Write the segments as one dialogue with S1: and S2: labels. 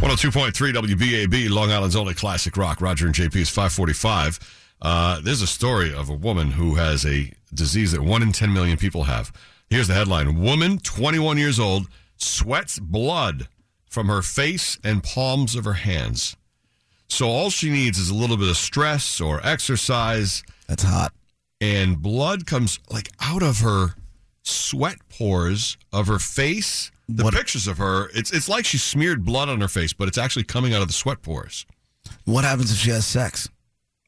S1: 102.3 WBAB, Long Island's only classic rock. Roger and JP is 545. Uh, there's a story of a woman who has a disease that 1 in 10 million people have. Here's the headline Woman, 21 years old, sweats blood from her face and palms of her hands. So all she needs is a little bit of stress or exercise,
S2: That's hot.
S1: and blood comes like out of her sweat pores of her face. The
S2: What-
S1: pictures of her, it's it's like she smeared blood on her face, but it's actually coming out of the sweat pores.
S2: What happens if she has sex?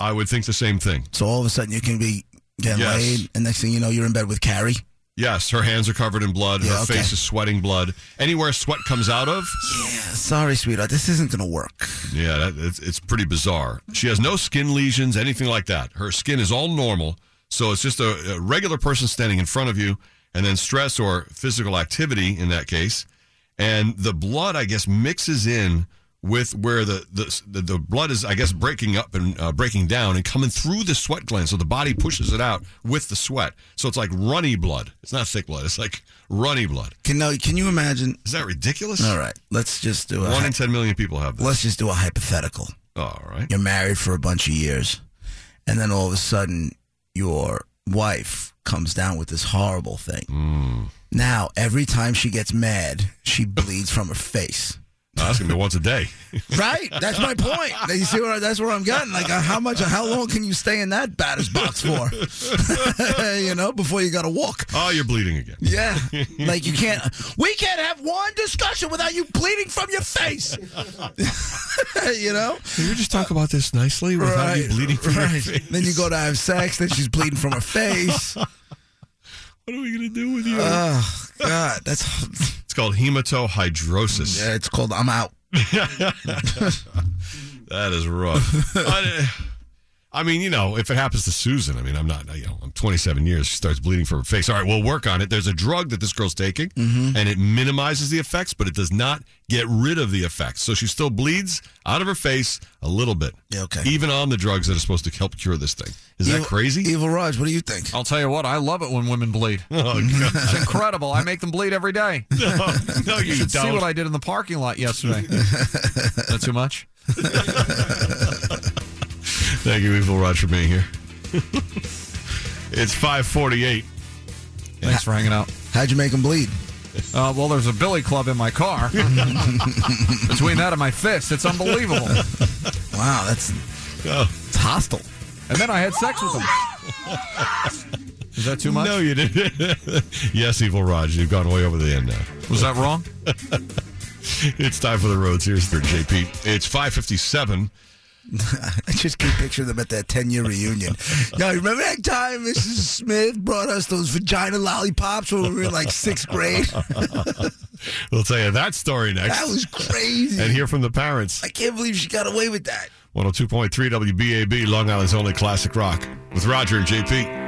S1: I would think the same thing.
S2: So all of a sudden you can be getting
S1: Yes.
S2: laid, and next thing you know, you're in bed with Carrie.
S1: Yes, her hands are covered in blood.
S2: Yeah,
S1: her
S2: okay.
S1: face is sweating blood. Anywhere sweat comes out of,
S2: Sorry, sweetheart, this isn't going to work.
S1: yeah, that, it's, it's pretty bizarre. She has no skin lesions, anything like that. Her skin is all normal. So it's just a, a regular person standing in front of you, and then stress or physical activity in that case. And the blood, I guess, mixes in with where the, the, the, the blood is, I guess, breaking up and uh, breaking down and coming through the sweat gland. So the body pushes it out with the sweat. So it's like runny blood. It's not thick blood, it's like runny blood.
S2: Can now, can you imagine?
S1: Is that ridiculous?
S2: All right, let's just do a
S1: One
S2: hy-
S1: in ten million people have this.
S2: let's just do a hypothetical.
S1: All right.
S2: You're married for a bunch of years, and then all of a sudden your wife comes down with this horrible thing.
S1: Hmm.
S2: Now every time she gets mad, she bleeds from her face.
S1: Ask him once a day.
S2: Right, that's my point. You see where that's where I'm getting. Like, uh, how much, how long can you stay in that batter's box for? you know, before you got to walk.
S1: Oh, you're bleeding again.
S2: Yeah, like you can't. We can't have one discussion without you bleeding from your face. you know,
S1: Can we just talk about this nicely
S2: right. Then you go to have sex, then she's bleeding from her face.
S1: What are we gonna do with you?
S2: oh God, that's
S1: it's called hematohydrosis.
S2: yeah, it's called I'm out.
S1: That is rough. I, I mean, you know, if it happens to Susan, I mean, I'm not, you know, I'm 27 years. She starts bleeding from her face. All right, we'll work on it. There's a drug that this girl's taking, and it minimizes the effects, but it does not get rid of the effects. So she still bleeds out of her face a little bit.
S2: Yeah, okay.
S1: Even on the drugs that are supposed to help cure this thing. Is that
S2: Evil-
S1: crazy?
S2: Evil Raj, what do you think?
S3: I'll tell you what, I love it when women bleed.
S1: Oh, God.
S3: It's incredible. I make them bleed every day. You
S1: No, no, you,
S3: should see
S1: don't.
S3: what I did in the parking lot yesterday. Not too much?
S1: Thank you, Evil Rod, for being here. it's 548.
S3: Thanks for hanging out.
S2: How'd you make him bleed?
S3: Uh, well, there's a billy club in my car. Between that and my fist, it's unbelievable.
S2: Wow, that's
S1: Oh,
S2: it's hostile.
S3: And then I had sex with him. Is that too much?
S1: no, you didn't. yes, Evil Rod, you've gone way over the end now.
S3: Was that wrong?
S1: It's time for the roads. Here's for JP. It's 557.
S2: I just keep picturing them at that 10 year reunion. Yo, you remember that time Mrs. Smith brought us those vagina lollipops when we were in like sixth grade?
S1: We'll tell you that story next.
S2: That was crazy.
S1: and hear from the parents.
S2: I can't believe she got away with that.
S1: 102.3 WBAB, Long Island's only classic rock, with Roger and JP.